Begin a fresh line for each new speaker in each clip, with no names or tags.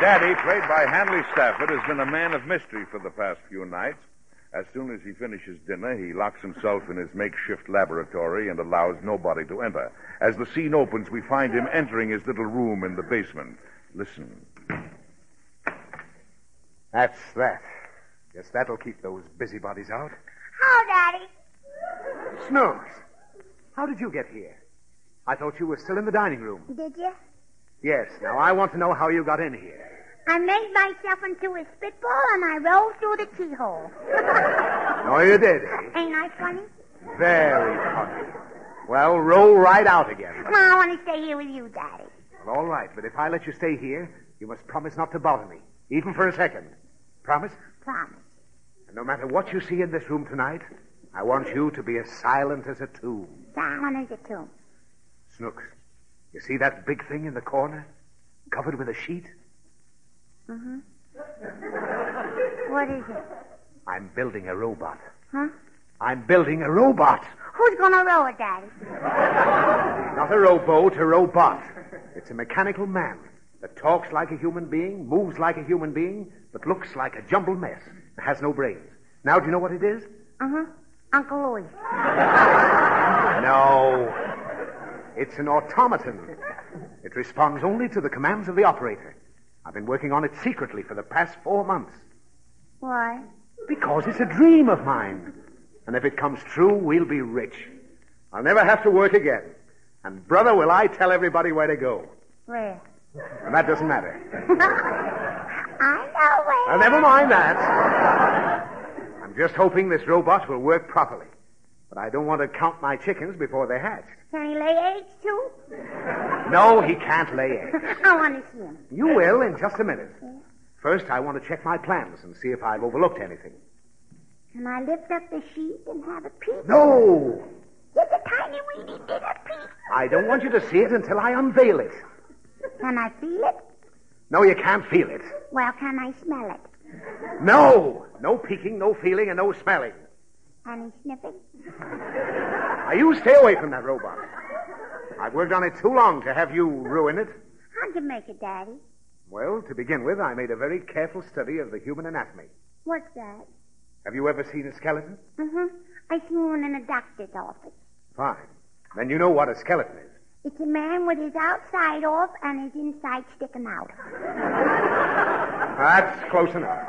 Daddy, played by Hanley Stafford, has been a man of mystery for the past few nights. As soon as he finishes dinner, he locks himself in his makeshift laboratory and allows nobody to enter. As the scene opens, we find him entering his little room in the basement. Listen.
That's that. Guess that'll keep those busybodies out.
How, Daddy?
Snooks! How did you get here? I thought you were still in the dining room.
Did you?
Yes, now I want to know how you got in here.
I made myself into a spitball and I rolled through the keyhole.
No, you did. eh?
Ain't I funny?
Very funny. Well, roll right out again.
No, I want to stay here with you, Daddy.
Well, all right, but if I let you stay here, you must promise not to bother me, even for a second. Promise?
Promise.
And no matter what you see in this room tonight, I want you to be as silent as a tomb.
Silent as a tomb.
Snooks, you see that big thing in the corner? Covered with a sheet?
What is it?
I'm building a robot.
Huh?
I'm building a robot.
Who's going to roll it, Daddy?
Not a rowboat, a robot. It's a mechanical man that talks like a human being, moves like a human being, but looks like a jumbled mess and has no brains. Now, do you know what it is?
Uh-huh. Uncle Louis.
No. It's an automaton. It responds only to the commands of the operator. I've been working on it secretly for the past four months.
Why?
Because it's a dream of mine. And if it comes true, we'll be rich. I'll never have to work again. And brother, will I tell everybody where to go?
Where?
And that doesn't matter.
I know where.
Well, never mind that. I'm just hoping this robot will work properly. But I don't want to count my chickens before they're hatched.
Can he lay eggs, too?
No, he can't lay eggs.
I want to see him.
You will in just a minute. First, I want to check my plans and see if I've overlooked anything.
Can I lift up the sheet and have a peep?
No!
Just a tiny weeny bit of peep.
I don't want you to see it until I unveil it.
Can I feel it?
No, you can't feel it.
Well, can I smell it?
No! No peeking, no feeling, and no smelling.
Any sniffing?
Now, you stay away from that robot. I've worked on it too long to have you ruin it.
How'd you make it, Daddy?
Well, to begin with, I made a very careful study of the human anatomy.
What's that?
Have you ever seen a skeleton?
Uh-huh. I see one in a doctor's office.
Fine. Then you know what a skeleton is.
It's a man with his outside off and his inside sticking out.
That's close enough.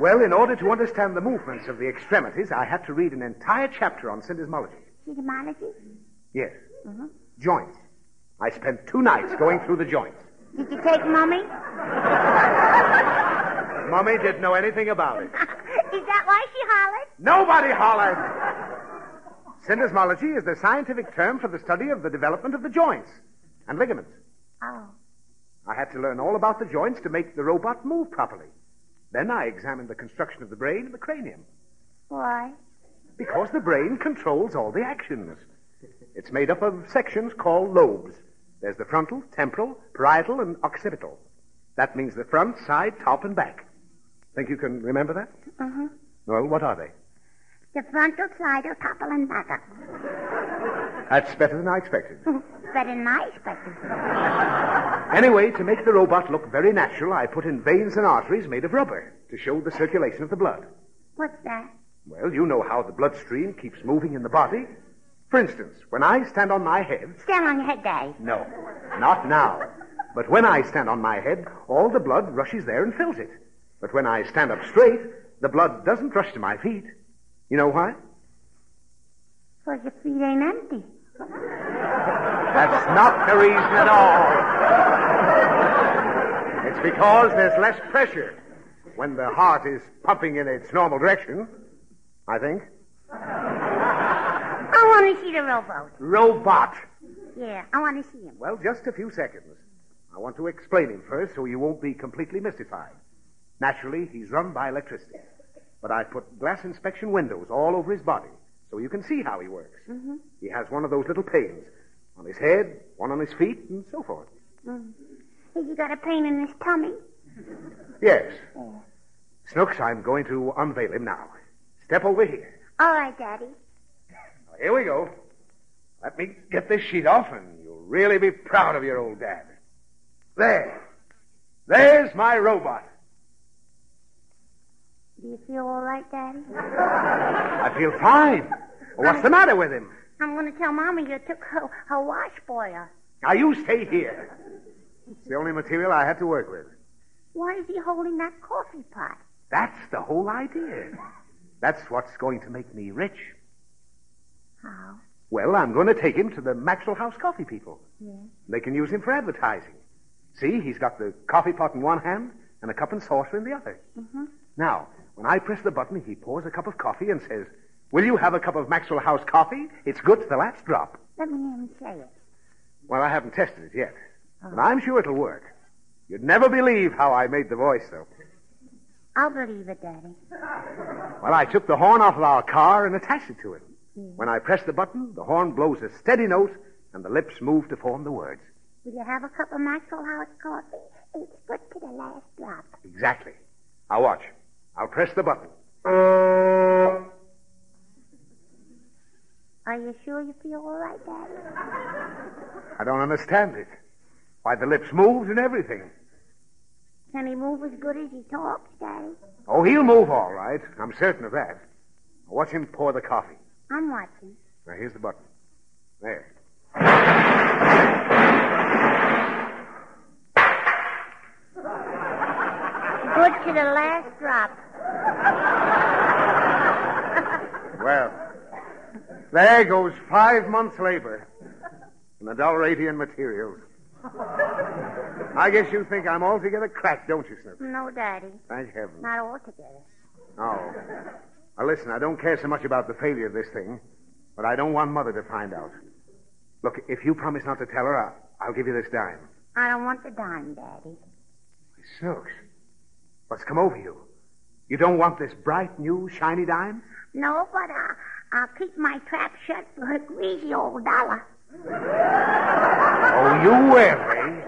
Well, in order to understand the movements of the extremities, I had to read an entire chapter on syndesmology.
Etymology?
Yes. Joints. I spent two nights going through the joints.
Did you take Mummy?
Mummy didn't know anything about it.
Is that why she hollered?
Nobody hollered! Syndesmology is the scientific term for the study of the development of the joints and ligaments.
Oh.
I had to learn all about the joints to make the robot move properly. Then I examined the construction of the brain and the cranium.
Why?
Because the brain controls all the actions. It's made up of sections called lobes. There's the frontal, temporal, parietal, and occipital. That means the front, side, top, and back. Think you can remember that?
Uh-huh.
Well, what are they?
The frontal, slider, topple, and backer.
That's better than I expected.
Better than I expected.
Anyway, to make the robot look very natural, I put in veins and arteries made of rubber to show the circulation of the blood.
What's that?
Well, you know how the bloodstream keeps moving in the body. For instance, when I stand on my head,
Stand on your head, Daddy.
No, not now. But when I stand on my head, all the blood rushes there and fills it. But when I stand up straight, the blood doesn't rush to my feet. You know why?
Because your feet ain't empty.
That's not the reason at all. It's because there's less pressure when the heart is pumping in its normal direction, I think.
I want to see the rowboat.
Robot.
Yeah, I want to see him.
Well, just a few seconds. I want to explain him first so you won't be completely mystified. Naturally, he's run by electricity. But I put glass inspection windows all over his body so you can see how he works. He has one of those little panes on his head, one on his feet, and so forth.
Has he got a pain in his tummy?
Yes. Snooks, I'm going to unveil him now. Step over here.
All right, Daddy.
Here we go. Let me get this sheet off, and you'll really be proud of your old dad. There. There's my robot.
Do you feel all right, Daddy?
I feel fine. What's the matter with him?
I'm going to tell Mommy you took her, her wash boiler.
Now you stay here. It's the only material I had to work with.
Why is he holding that coffee pot?
That's the whole idea. That's what's going to make me rich.
How?
Well, I'm going to take him to the Maxwell House coffee people.
Yeah.
They can use him for advertising. See, he's got the coffee pot in one hand and a cup and saucer in the other.
Mm-hmm.
Now, when I press the button, he pours a cup of coffee and says, Will you have a cup of Maxwell House coffee? It's good to the last drop.
Let me hear him say it.
Well, I haven't tested it yet,
Oh.
but I'm sure it'll work. You'd never believe how I made the voice, though.
I'll believe it, Daddy.
Well, I took the horn off of our car and attached it to it. When I press the button, the horn blows a steady note, and the lips move to form the words.
Will you have a cup of Maxwell House coffee? It's good to the last drop.
Exactly. Now watch. I'll press the button.
Are you sure you feel all right, Daddy?
I don't understand it. Why, the lips moved and everything.
Can he move as good as he talks, Daddy?
Oh, he'll move all right. I'm certain of that. Now watch him pour the coffee.
I'm watching.
Now, here's the button. There.
Good to the last drop.
Well, there goes five months' labor and a dollar eighty in materials. I guess you think I'm altogether cracked, don't you, Snip?
No, Daddy.
Thank heaven.
Not altogether.
Oh. Now, listen, I don't care so much about the failure of this thing, but I don't want Mother to find out. Look, if you promise not to tell her, I'll, I'll give you this dime.
I don't want the dime, Daddy.
Silks, what's come over you? You don't want this bright, new, shiny dime?
No, but I, I'll keep my trap shut for a greasy old dollar.
Oh, you will, eh?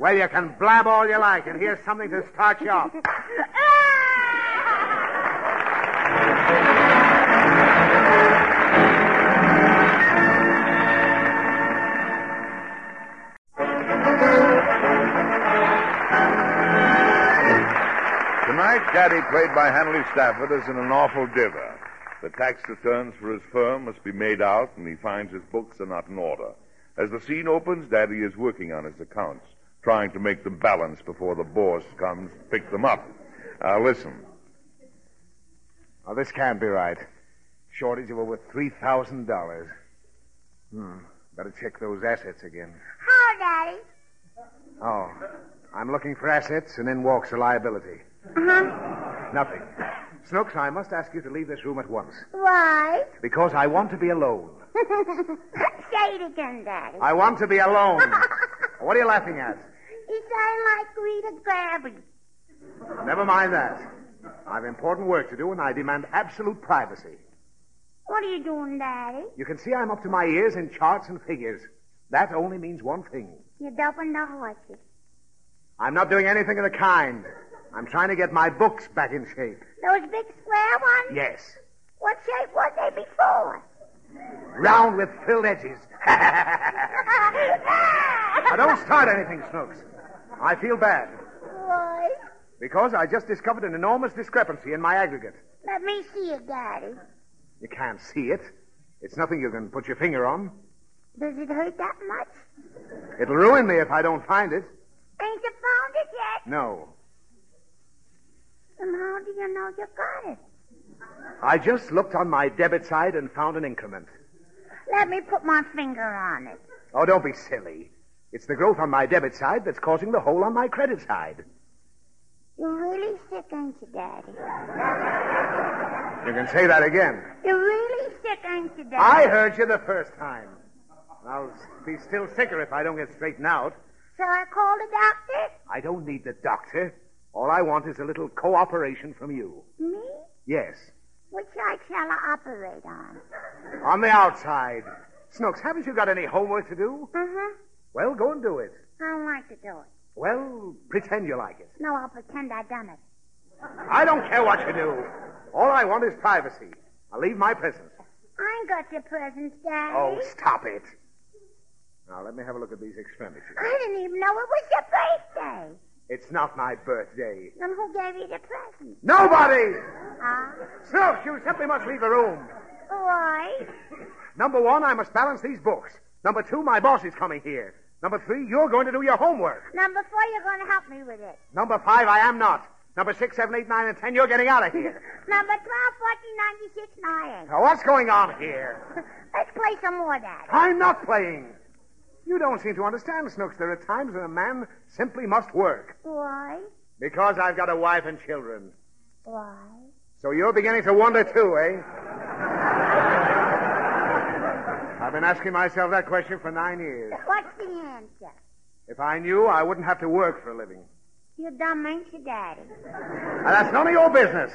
Well, you can blab all you like, and here's something to start you off.
Ah!
Tonight, Daddy, played by Hanley Stafford, is in an awful dither. The tax returns for his firm must be made out, and he finds his books are not in order. As the scene opens, Daddy is working on his accounts, trying to make them balance before the boss comes to pick them up. Now, listen.
Oh, this can't be right. Shortage of over three thousand dollars. Hmm. Better check those assets again.
How, Daddy?
Oh, I'm looking for assets, and in walks a liability. Nothing. Snooks, I must ask you to leave this room at once
Why?
because I want to be alone.
Say it again, Daddy.
I want to be alone. what are you laughing at?
You sound like Rita Gabby.
Never mind that. I've important work to do, and I demand absolute privacy.
What are you doing, Daddy?
You can see I'm up to my ears in charts and figures. That only means one thing.
You're dumping the horses.
I'm not doing anything of the kind. I'm trying to get my books back in shape.
Those big square ones?
Yes.
What shape were they before?
Round with filled edges. now don't start anything, Snooks. I feel bad
Why?
because I just discovered an enormous discrepancy in my aggregate.
Let me see it, Daddy.
You can't see it. It's nothing you can put your finger on.
Does it hurt that much?
It'll ruin me if I don't find it.
Ain't you found it yet?
No.
Then how do you know you got it?
I just looked on my debit side and found an increment.
Let me put my finger on it.
Oh, don't be silly. It's the growth on my debit side that's causing the hole on my credit side.
You're really sick, ain't you, Daddy?
You can say that again.
You're really sick, ain't you, Daddy?
I heard you the first time. I'll be still sicker if I don't get straightened out.
Shall I call the doctor?
I don't need the doctor. All I want is a little cooperation from you.
Me?
Yes.
Which side shall I operate on?
On the outside. Snooks, haven't you got any homework to do?
Uh-huh.
Well, go and do it.
I don't like to do it.
Well, pretend you like it.
No, I'll pretend I done it.
I don't care what you do. All I want is privacy. I'll leave my presence.
I ain't got your presents, Daddy.
Oh, stop it. Now, let me have a look at these extremities.
I didn't even know it was your birthday.
It's not my birthday.
Then who gave you the present?
Nobody!
Huh?
Snooks, you simply must leave the room.
Why?
Number one, I must balance these books. Number two, my boss is coming here. Number three, you're going to do your homework.
Number four, you're going to help me with it.
Number five, I am not. Number six, seven, eight, nine, and ten, you're getting out of here.
Number 12, 14, 96, 9.
Now, what's going on here?
Let's play some more of that.
I'm not playing. You don't seem to understand, Snooks. There are times when a man simply must work.
Why?
Because I've got a wife and children.
Why?
So you're beginning to wonder too, eh? I've been asking myself that question for nine years.
What's the answer?
If I knew, I wouldn't have to work for a living.
You dumb ain't you, Daddy?
Now, that's none of your business.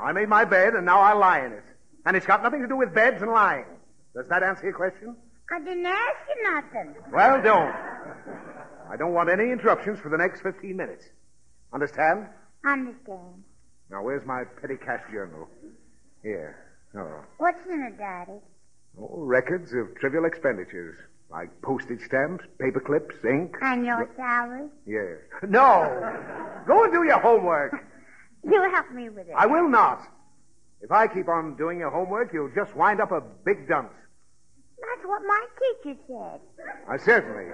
I made my bed, and now I lie in it. And it's got nothing to do with beds and lying. Does that answer your question?
I didn't ask you nothing.
Well, don't. I don't want any interruptions for the next 15 minutes. Understand?
Understand.
Now, where's my petty cash journal? Here. Oh.
What's in it, Daddy?
oh. Records of trivial expenditures, like postage stamps, paper clips, ink.
And your salary?
Yes. No! Go and do your homework.
You help me with it.
I will not. If I keep on doing your homework, you'll just wind up a big dunce.
That's what my teacher said.
I certainly.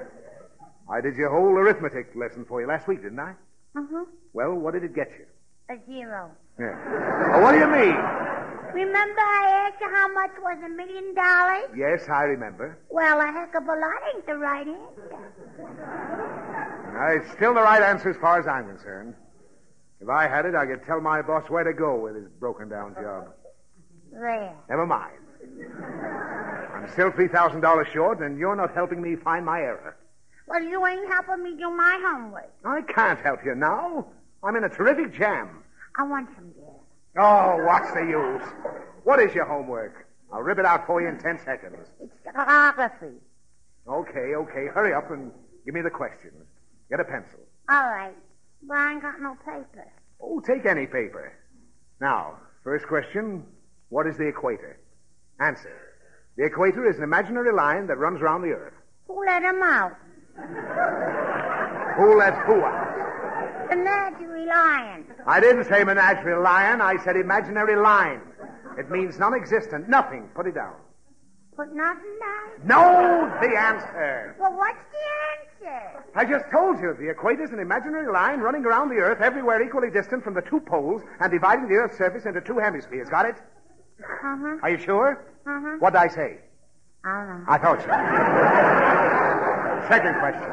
I did your whole arithmetic lesson for you last week, didn't I?
Uh-huh.
Well, what did it get you?
A zero.
Yeah. Oh, what do you mean?
Remember I asked you how much was a million dollars?
Yes, I remember.
Well, a heck of a lot ain't the right answer.
Uh, it's still the right answer as far as I'm concerned. If I had it, I could tell my boss where to go with his broken down job.
There.
Never mind. I'm still $3,000 short, and you're not helping me find my error.
Well, you ain't helping me do my homework.
I can't help you now. I'm in a terrific jam.
I want some, dear.
Oh, what's the use? What is your homework? I'll rip it out for you in ten seconds.
It's geography.
Okay, okay. Hurry up and give me the questions. Get a pencil.
All right. But I ain't got no paper.
Oh, take any paper. Now, first question What is the equator? Answer The equator is an imaginary line that runs around the earth.
Who let him out?
Who lets who out?
The imaginary lion.
I didn't say menagerie lion, I said imaginary line. It means non existent, nothing. Put it down.
Put nothing down.
No, the answer.
Well, what's the answer?
I just told you the equator is an imaginary line running around the earth everywhere equally distant from the two poles and dividing the earth's surface into two hemispheres. Got it?
Uh-huh.
Are you sure?
Uh-huh.
What did I say?
I don't know.
I thought so. Second question.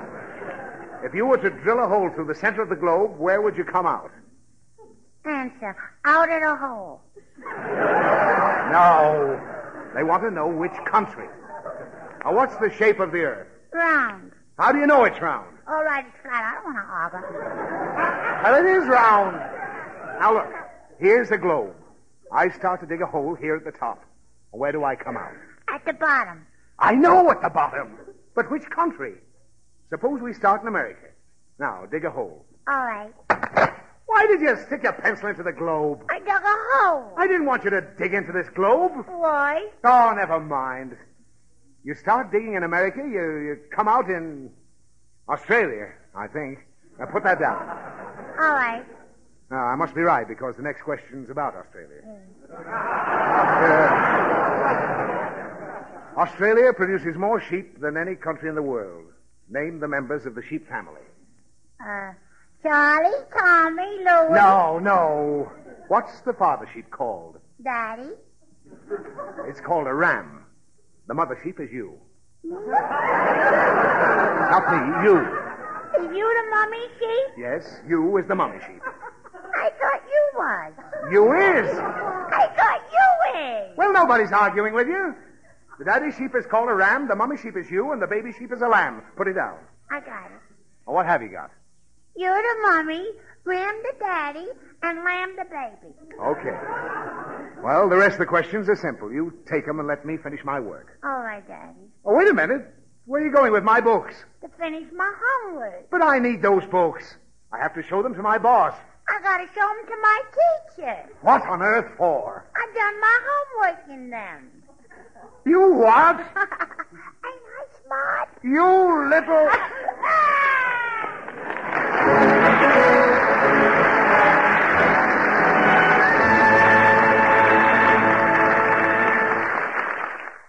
If you were to drill a hole through the center of the globe, where would you come out?
Answer. Out of the hole.
No. They want to know which country. Now, what's the shape of the earth?
Round.
How do you know it's round?
All right, it's flat. I don't want to argue.
Well, it is round. Now, look. Here's the globe. I start to dig a hole here at the top. Where do I come out?
At the bottom.
I know at the bottom. But which country? Suppose we start in America. Now, dig a hole.
All right.
Why did you stick your pencil into the globe?
I dug a hole.
I didn't want you to dig into this globe.
Why?
Oh, never mind. You start digging in America, you, you come out in Australia, I think. Now put that down.
All right.
No, I must be right because the next question's about Australia. Uh, Australia produces more sheep than any country in the world. Name the members of the sheep family.
Uh, Charlie, Tommy, Louis,
No, no. What's the father sheep called?
Daddy.
It's called a ram. The mother sheep is you. Not me, you.
Is you the mummy sheep?
Yes, you is the mummy sheep.
I thought you was.
You is.
I thought you is.
Well, nobody's arguing with you. The daddy sheep is called a ram, the mummy sheep is you, and the baby sheep is a lamb. Put it down.
I got it.
Well, what have you got?
You the mummy, Ram the daddy, and Ram the baby.
Okay. Well, the rest of the questions are simple. You take 'em and let me finish my work.
All right, Daddy.
Oh, wait a minute. Where are you going with my books?
To finish my homework,
But I need those books. I have to show them to my boss.
I gotta show 'em to my teacher.
What on earth for?
I done my homework in them.
You what?
Ain't I smart? Ah!
You little.